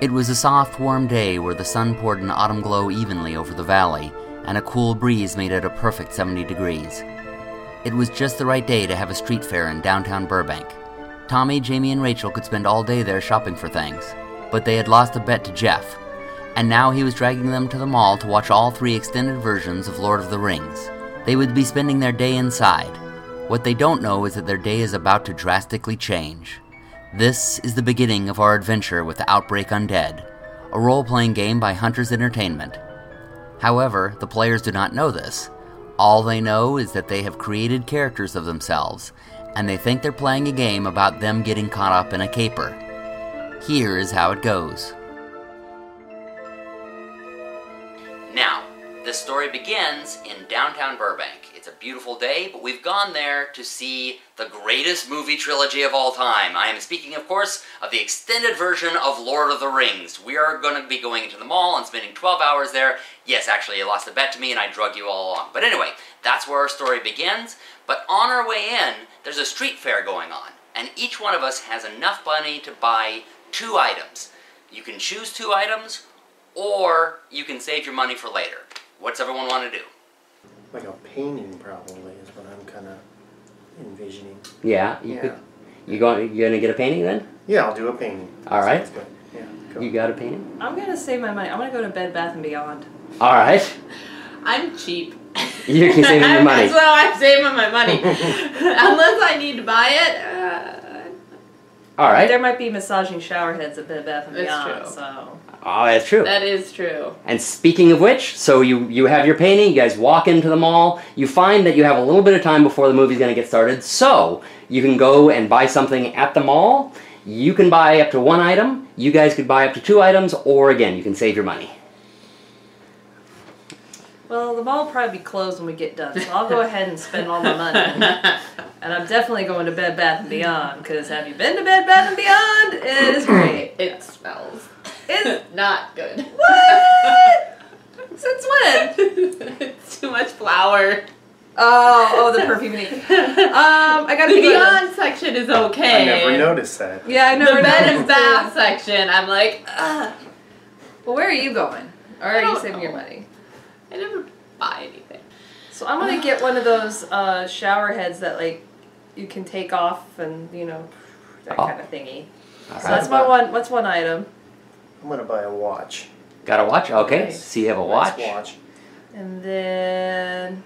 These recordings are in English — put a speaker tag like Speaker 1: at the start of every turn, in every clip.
Speaker 1: It was a soft, warm day where the sun poured an autumn glow evenly over the valley, and a cool breeze made it a perfect 70 degrees. It was just the right day to have a street fair in downtown Burbank. Tommy, Jamie, and Rachel could spend all day there shopping for things, but they had lost a bet to Jeff, and now he was dragging them to the mall to watch all three extended versions of Lord of the Rings. They would be spending their day inside. What they don't know is that their day is about to drastically change. This is the beginning of our adventure with Outbreak Undead, a role playing game by Hunters Entertainment. However, the players do not know this. All they know is that they have created characters of themselves, and they think they're playing a game about them getting caught up in a caper. Here is how it goes. Now, this story begins in downtown Burbank. It's a beautiful day, but we've gone there to see the greatest movie trilogy of all time. I am speaking, of course, of the extended version of Lord of the Rings. We are going to be going into the mall and spending 12 hours there. Yes, actually, you lost a bet to me and I drug you all along. But anyway, that's where our story begins. But on our way in, there's a street fair going on, and each one of us has enough money to buy two items. You can choose two items, or you can save your money for later. What's everyone want to do?
Speaker 2: Like a painting probably is what I'm kind of envisioning.
Speaker 1: Yeah, you could. You going? You gonna get a painting then?
Speaker 2: Yeah, I'll do a painting.
Speaker 1: All right.
Speaker 2: Sounds good. Yeah.
Speaker 1: You
Speaker 2: Cool.
Speaker 1: got a painting?
Speaker 3: I'm gonna save my money. I'm gonna go to Bed Bath and Beyond.
Speaker 1: All right.
Speaker 4: I'm cheap.
Speaker 1: You're saving your
Speaker 4: I'm-
Speaker 1: money.
Speaker 4: So I'm saving my money. Unless I need to buy it. Uh,
Speaker 1: All right.
Speaker 3: There might be massaging shower heads at Bed Bath and
Speaker 4: That's
Speaker 3: Beyond,
Speaker 4: true.
Speaker 3: so
Speaker 1: Oh, that's true.
Speaker 4: that is true.
Speaker 1: And speaking of which, so you you have your painting, you guys walk into the mall, you find that you have a little bit of time before the movie's gonna get started, so you can go and buy something at the mall. You can buy up to one item, you guys could buy up to two items, or again, you can save your money.
Speaker 3: well, the mall will probably be closed when we get done. So I'll go ahead and spend all my money, and I'm definitely going to Bed Bath and Beyond because have you been to Bed Bath and Beyond? It is great.
Speaker 4: It smells
Speaker 3: It's
Speaker 4: not good.
Speaker 3: what? Since when?
Speaker 4: it's too much flour.
Speaker 3: Oh, oh, the perfume. Um, I got
Speaker 4: The
Speaker 3: to Beyond.
Speaker 4: Beyond section is
Speaker 2: I
Speaker 4: okay.
Speaker 2: never noticed that.
Speaker 3: Yeah, I
Speaker 4: The
Speaker 3: never
Speaker 4: bed
Speaker 3: noticed.
Speaker 4: and bath section, I'm like, ugh.
Speaker 3: Well, where are you going? Or
Speaker 4: I
Speaker 3: are you
Speaker 4: don't
Speaker 3: saving your
Speaker 4: know.
Speaker 3: money?
Speaker 4: I never buy anything.
Speaker 3: So I'm gonna get one of those uh, shower heads that like you can take off and you know that
Speaker 1: Oh.
Speaker 3: kind of thingy. So
Speaker 1: Alright.
Speaker 3: that's my one. What's one item?
Speaker 2: I'm gonna buy a watch.
Speaker 1: Got a watch? Okay.
Speaker 3: Nice.
Speaker 1: So you have a
Speaker 2: Nice
Speaker 1: watch.
Speaker 2: watch.
Speaker 3: And then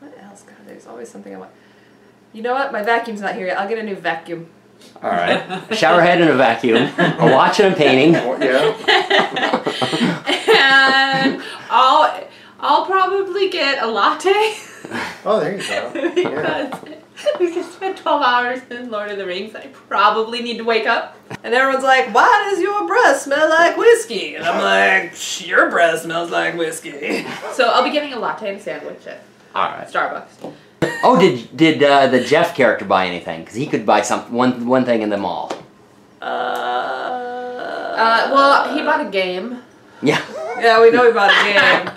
Speaker 3: what else? God, there's always something I want. You know what? My vacuum's not here yet. I'll get a new vacuum.
Speaker 1: Alright. A shower head and a vacuum, a watch and a painting.
Speaker 2: Wa- Yeah.
Speaker 4: and I'll, I'll probably get a latte.
Speaker 2: Oh, there you go. Yeah.
Speaker 4: because we can spend 12 hours in Lord of the Rings. I probably need to wake up.
Speaker 3: And everyone's like, "Why does your breath smell like whiskey?" And I'm like, "Shh, "Your breath smells like whiskey."
Speaker 4: So I'll be getting a latte and sandwich at
Speaker 1: Alright.
Speaker 4: Starbucks.
Speaker 1: Oh, did did uh, the Jeff character buy anything? Because he could buy some one one thing in the mall.
Speaker 3: Uh,
Speaker 4: Uh, well, he bought a game.
Speaker 1: Yeah.
Speaker 3: yeah, we know he bought a game.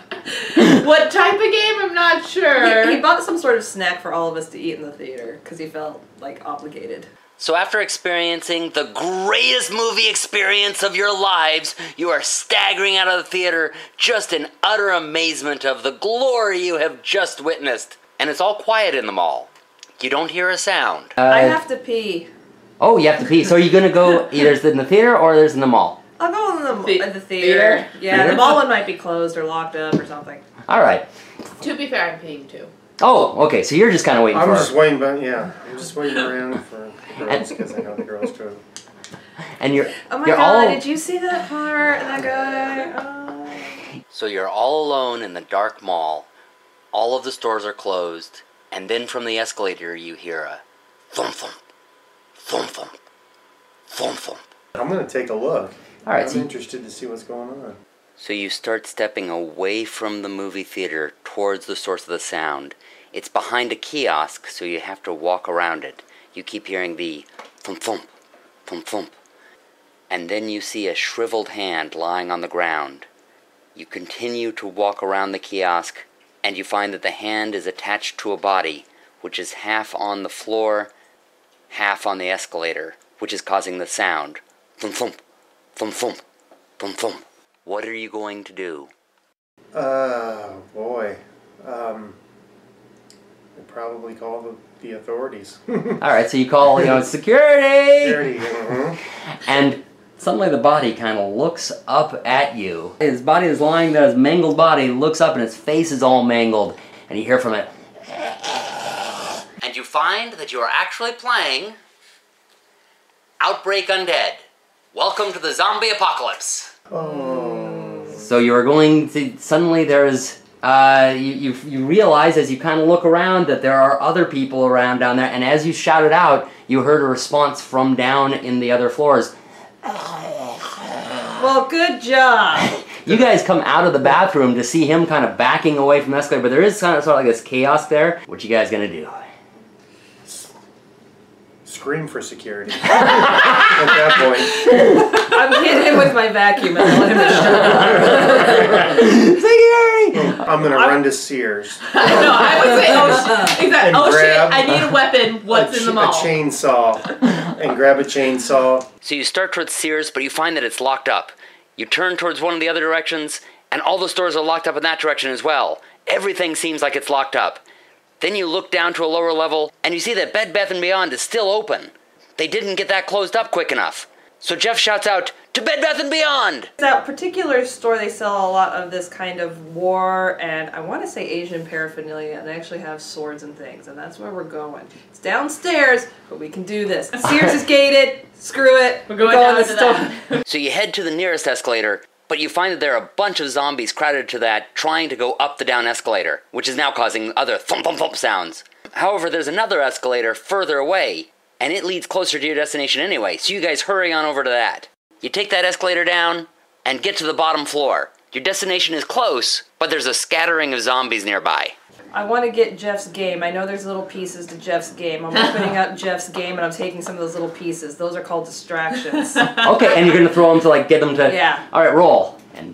Speaker 4: what type of game? I'm not sure.
Speaker 3: He, he bought some sort of snack for all of us to eat in the theater because he felt like obligated.
Speaker 1: So, after experiencing the greatest movie experience of your lives, you are staggering out of the theater just in utter amazement of the glory you have just witnessed. And it's all quiet in the mall. You don't hear a sound.
Speaker 3: I have to pee.
Speaker 1: Uh, oh, you have to pee. So, are you going to go either in the theater or there's in the mall?
Speaker 3: I'll go in the,
Speaker 4: The-
Speaker 3: uh, the theater.
Speaker 4: theater?
Speaker 3: Yeah,
Speaker 1: Theater?
Speaker 3: the mall one might be closed or locked up or something.
Speaker 1: All right.
Speaker 4: to be fair, I'm paying too.
Speaker 1: Oh, okay. So, you're just kind of waiting
Speaker 2: I'm
Speaker 1: for
Speaker 2: just waiting, but yeah, I'm just waiting around for the girls because I know the girls too.
Speaker 1: And you're,
Speaker 3: Oh my
Speaker 1: you're all.
Speaker 3: god, did you see that part? That guy.
Speaker 1: So you're all alone in the dark mall. All of the stores are closed, and then from the escalator you hear a thump thump, thump thump, thump thump.
Speaker 2: I'm gonna take a look.
Speaker 1: All right,
Speaker 2: I'm
Speaker 1: so you-
Speaker 2: interested to see what's going on.
Speaker 1: So you start stepping away from the movie theater towards the source of the sound. It's behind a kiosk, so you have to walk around it. You keep hearing the thump thump, thump thump. And then you see a shriveled hand lying on the ground. You continue to walk around the kiosk, and you find that the hand is attached to a body, which is half on the floor, half on the escalator, which is causing the sound thump thump, Thump thump. Thump thump. What are you going to do?
Speaker 2: Oh boy. Um, I'd probably call the, the authorities.
Speaker 1: All right, so you call, you know, security,
Speaker 2: Security. mhm.
Speaker 1: and suddenly the body kind of looks up at you. His body is lying there, his mangled body looks up, and his face is all mangled, and you hear from it. And you find that you are actually playing Outbreak Undead. Welcome to the zombie apocalypse.
Speaker 2: Oh.
Speaker 1: So you're going to suddenly there's uh, you, you you realize as you kind of look around that there are other people around down there, and as you shouted out, you heard a response from down in the other floors.
Speaker 3: Well, good job.
Speaker 1: You guys come out of the bathroom to see him kind of backing away from the escalator, but there is kind of sort of like this chaos there. What you guys gonna do?
Speaker 2: Scream for security. At that point.
Speaker 3: I'm hitting him with my vacuum and let him
Speaker 1: Security!
Speaker 2: I'm gonna run to Sears.
Speaker 4: no, I would say, oh shit, exactly.
Speaker 2: And
Speaker 4: Oh shit,
Speaker 2: grab-
Speaker 4: I need a weapon. What's
Speaker 2: a,
Speaker 4: in the
Speaker 2: ch-
Speaker 4: mall?
Speaker 2: A chainsaw. and grab a chainsaw.
Speaker 1: So you start towards Sears, but you find that it's locked up. You turn towards one of the other directions, and all the stores are locked up in that direction as well. Everything seems like it's locked up. Then you look down to a lower level, and you see that Bed Bath and Beyond is still open. They didn't get that closed up quick enough. So Jeff shouts out, "To Bed Bath and Beyond!"
Speaker 3: That particular store, they sell a lot of this kind of war and I want to say Asian paraphernalia, and they actually have swords and things, and that's where we're going. It's downstairs, but we can do this. Sears is gated. Screw it.
Speaker 4: We're going down to that.
Speaker 1: So you head to the nearest escalator, but you find that there are a bunch of zombies crowded to that, trying to go up the down escalator, which is now causing other thump thump thump sounds. However, there's another escalator further away, and it leads closer to your destination anyway, so you guys hurry on over to that. You take that escalator down and get to the bottom floor. Your destination is close, but there's a scattering of zombies nearby.
Speaker 3: I want to get Jeff's game. I know there's little pieces to Jeff's game. I'm opening up Jeff's game and I'm taking some of those little pieces. Those are called distractions.
Speaker 1: Okay, and you're gonna throw them to like get them to.
Speaker 3: Yeah.
Speaker 1: All right, roll. And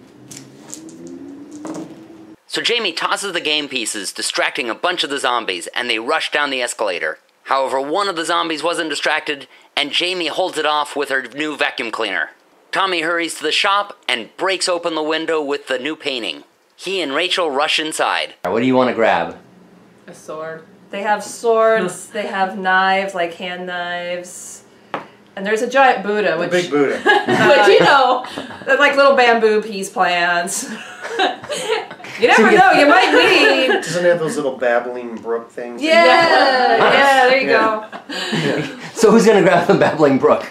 Speaker 1: so Jamie tosses the game pieces, distracting a bunch of the zombies, and they rush down the escalator. However, one of the zombies wasn't distracted, and Jamie holds it off with her new vacuum cleaner. Tommy hurries to the shop and breaks open the window with the new painting. He and Rachel rush inside. What do you want to grab?
Speaker 4: A sword.
Speaker 3: They have swords, they have knives, like hand knives. And there's a giant Buddha,
Speaker 2: The
Speaker 3: which
Speaker 2: big Buddha.
Speaker 4: But you know,
Speaker 3: they're like little bamboo peace plants. you never know, you might need.
Speaker 2: Doesn't it have those little babbling brook things.
Speaker 3: Yeah, yeah, there you
Speaker 2: Yeah.
Speaker 3: go.
Speaker 1: So who's gonna grab the babbling brook?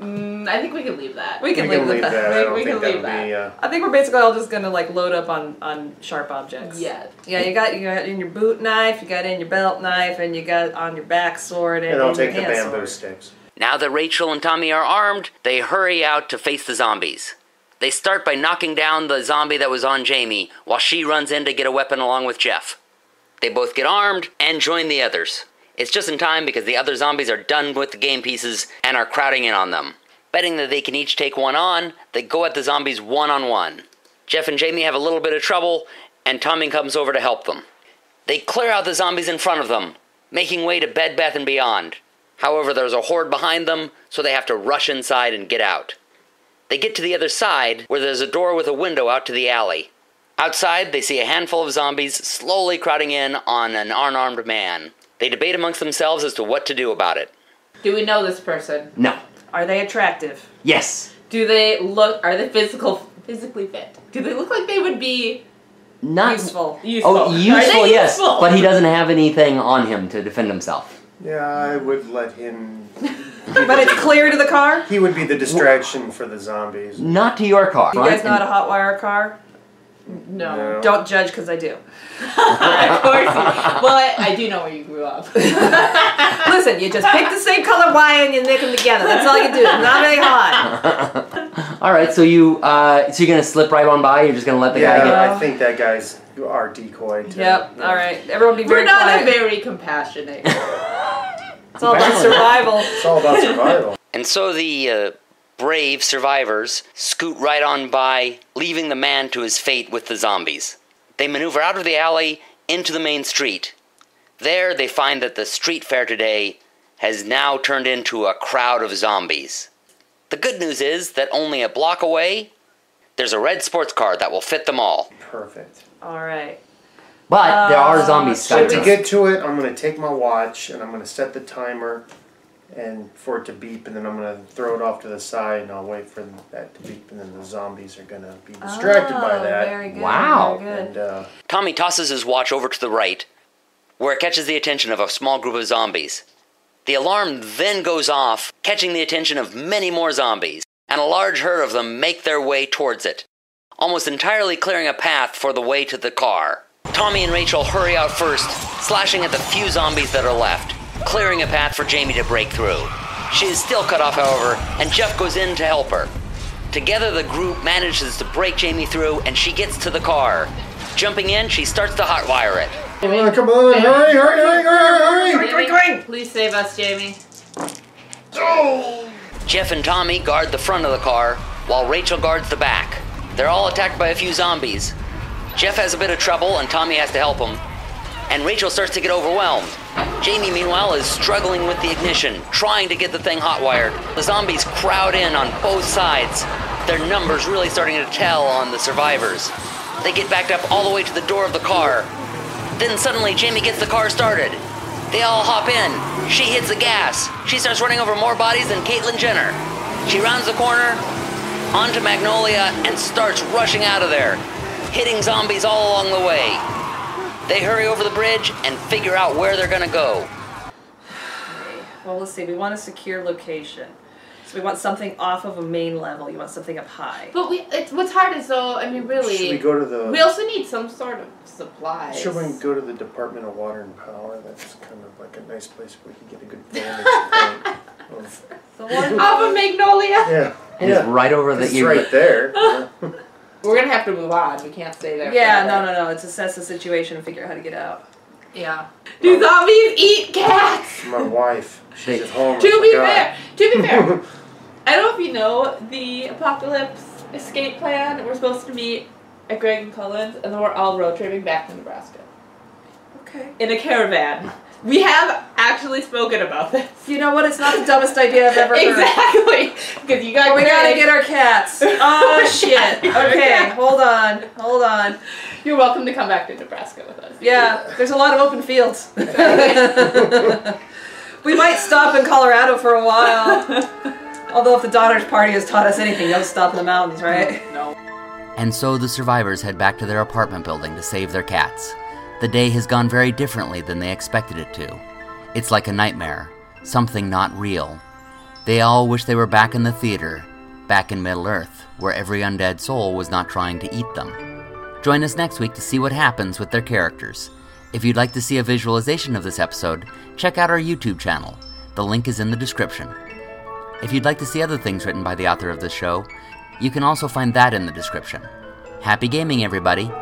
Speaker 4: mm, I think we can leave that.
Speaker 3: We
Speaker 2: We
Speaker 3: can,
Speaker 2: can leave
Speaker 3: leave
Speaker 2: that.
Speaker 3: with that.
Speaker 2: I
Speaker 4: We-
Speaker 2: don't
Speaker 4: we
Speaker 2: think
Speaker 4: can
Speaker 2: that
Speaker 4: leave
Speaker 2: would be. Uh,
Speaker 3: I think we're basically all just gonna like load up on on sharp objects.
Speaker 4: yeah.
Speaker 3: Yeah, you got you got in your boot knife, you got in your belt knife, and you got on your back sword and,
Speaker 2: and I'll
Speaker 3: in your
Speaker 2: take the
Speaker 3: hand
Speaker 2: bamboo
Speaker 3: sword.
Speaker 2: sticks.
Speaker 1: Now that Rachel and Tommy are armed, they hurry out to face the zombies. They start by knocking down the zombie that was on Jamie, while she runs in to get a weapon along with Jeff. They both get armed and join the others. It's just in time because the other zombies are done with the game pieces and are crowding in on them. Betting that they can each take one on, they go at the zombies one on one. Jeff and Jamie have a little bit of trouble, and Tommy comes over to help them. They clear out the zombies in front of them, making way to Bed Bath and Beyond. However, there's a horde behind them, so they have to rush inside and get out. They get to the other side, where there's a door with a window out to the alley. Outside, they see a handful of zombies slowly crowding in on an unarmed man. They debate amongst themselves as to what to do about it.
Speaker 4: Do we know this person?
Speaker 1: No.
Speaker 3: Are they attractive?
Speaker 1: Yes.
Speaker 4: Do they look? Are they physical? Physically fit? Do they look like they would be
Speaker 1: Not
Speaker 3: Useful.
Speaker 4: useful?
Speaker 2: Oh,
Speaker 5: Oh,
Speaker 4: Are they useful?
Speaker 1: doesn't have anything on him to defend himself.
Speaker 2: Yeah, I would let him.
Speaker 3: But it's clear to the car.
Speaker 2: He would be the distraction for the zombies.
Speaker 1: Not to your car.
Speaker 3: You guys know how to hotwire a car?
Speaker 4: No.
Speaker 3: Don't judge because I do.
Speaker 4: of course. Well, I, I do know where you grew up.
Speaker 3: Listen, you just pick the same color wire and you nick them together. That's all you do. It's not very hard.
Speaker 5: All right, so you uh, so you're gonna slip right on by. You're just gonna let the guy get.
Speaker 2: Yeah, I
Speaker 3: go.
Speaker 2: think that guy's our decoy. To,
Speaker 3: Yep. All right. Everyone be very
Speaker 4: We're not a
Speaker 3: quiet.
Speaker 4: very compassionate.
Speaker 3: it's all about survival.
Speaker 2: It's all about survival.
Speaker 1: And so the uh, brave survivors scoot right on by, leaving the man to his fate with the zombies. They maneuver out of the alley into the main street. There, they find that the street fair today has now turned into a crowd of zombies. The good news is that only a block away, there's a red sports car that will fit them all.
Speaker 2: Perfect.
Speaker 3: All right.
Speaker 5: But there are
Speaker 3: Uh,
Speaker 5: zombies.
Speaker 3: should
Speaker 2: But
Speaker 3: we
Speaker 2: to
Speaker 5: Skyrim.
Speaker 2: get to it, I'm gonna take my watch and I'm gonna set the timer, and for it to beep, and then I'm gonna throw it off to the side, and I'll wait for that to beep, and then the zombies are gonna be distracted by
Speaker 3: Oh, Very
Speaker 2: that.
Speaker 3: good.
Speaker 5: Wow.
Speaker 3: Very
Speaker 2: And
Speaker 3: good.
Speaker 2: uh,
Speaker 1: Tommy tosses his watch over to the right, where it catches the attention of a small group of zombies. The alarm then goes off, catching the attention of many more zombies, and a large herd of them make their way towards it, almost entirely clearing a path for the way to the car. Tommy and Rachel hurry out first, slashing at the few zombies that are left, clearing a path for Jamie to break through. She is still cut off, however, and Jeff goes in to help her. Together, the group manages to break Jamie through, and she gets to the car. Jumping in, she starts to hotwire it.
Speaker 2: come on, come on, hurry, hurry, hurry, hurry, hurry!
Speaker 4: Jamie, Please save us, Jamie.
Speaker 1: Jeff and Tommy guard the front of the car, while Rachel guards the back. They're all attacked by a few zombies. Jeff has a bit of trouble, and Tommy has to help him. And Rachel starts to get overwhelmed. Jamie, meanwhile, is struggling with the ignition, trying to get the thing hotwired. The zombies crowd in on both sides, their numbers really starting to tell on the survivors. They get backed up all the way to the door of the car. Then suddenly, Jamie gets the car started. They all hop in. She hits the gas. She starts running over more bodies than Caitlyn Jenner. She rounds the corner, onto Magnolia, and starts rushing out of there, hitting zombies all along the way. They hurry over the bridge and figure out where they're gonna go.
Speaker 2: uh,
Speaker 3: Well, let's see. We want a secure location. So we want something off of a main level. You want something up high.
Speaker 4: But we, it's, what's hard is though, I mean, really.
Speaker 2: Should we go to the?
Speaker 4: We also need some sort of supplies.
Speaker 2: Should we go to the Department of Water and Power? That's kind of like a nice place where you get a good vantage point. of-
Speaker 3: The one
Speaker 4: Alpha Magnolia?
Speaker 2: Yeah,
Speaker 5: It is
Speaker 2: yeah.
Speaker 5: right over the
Speaker 2: It's
Speaker 5: ear.
Speaker 2: right there. Yeah.
Speaker 4: We're gonna have to move on. We can't stay there.
Speaker 3: Yeah, no, no, no. It's assess the situation and figure out how to get out.
Speaker 4: Yeah. Do zombies eat cats?
Speaker 2: My wife, she's at home. I
Speaker 4: To be
Speaker 2: forgot.
Speaker 4: fair, to be fair, I don't know if you know the apocalypse escape plan. We're supposed to meet at Greg and Cullen's, and then we're all road tripping back to Nebraska
Speaker 3: Okay.
Speaker 4: in a caravan. We have actually spoken about this.
Speaker 3: You know what? It's not the dumbest idea I've ever heard.
Speaker 4: Exactly, because you got.
Speaker 3: Oh, we gotta
Speaker 4: Greg.
Speaker 3: get our cats. Oh shit. Okay, hold on, hold on.
Speaker 4: You're welcome to come back to Nebraska with us.
Speaker 3: Yeah, there's a lot of open fields. we might stop in Colorado for a while. Although if the Donner's Party has taught us anything, don't stop in the mountains, right?
Speaker 1: And so the survivors head back to their apartment building to save their cats. The day has gone very differently than they expected it to. It's like a nightmare, something not real. They all wish they were back in the theater, back in Middle Earth, where every undead soul was not trying to eat them. Join us next week to see what happens with their characters. If you'd like to see a visualization of this episode, check out our YouTube channel. The link is in the description. If you'd like to see other things written by the author of this show, you can also find that in the description. Happy gaming, everybody!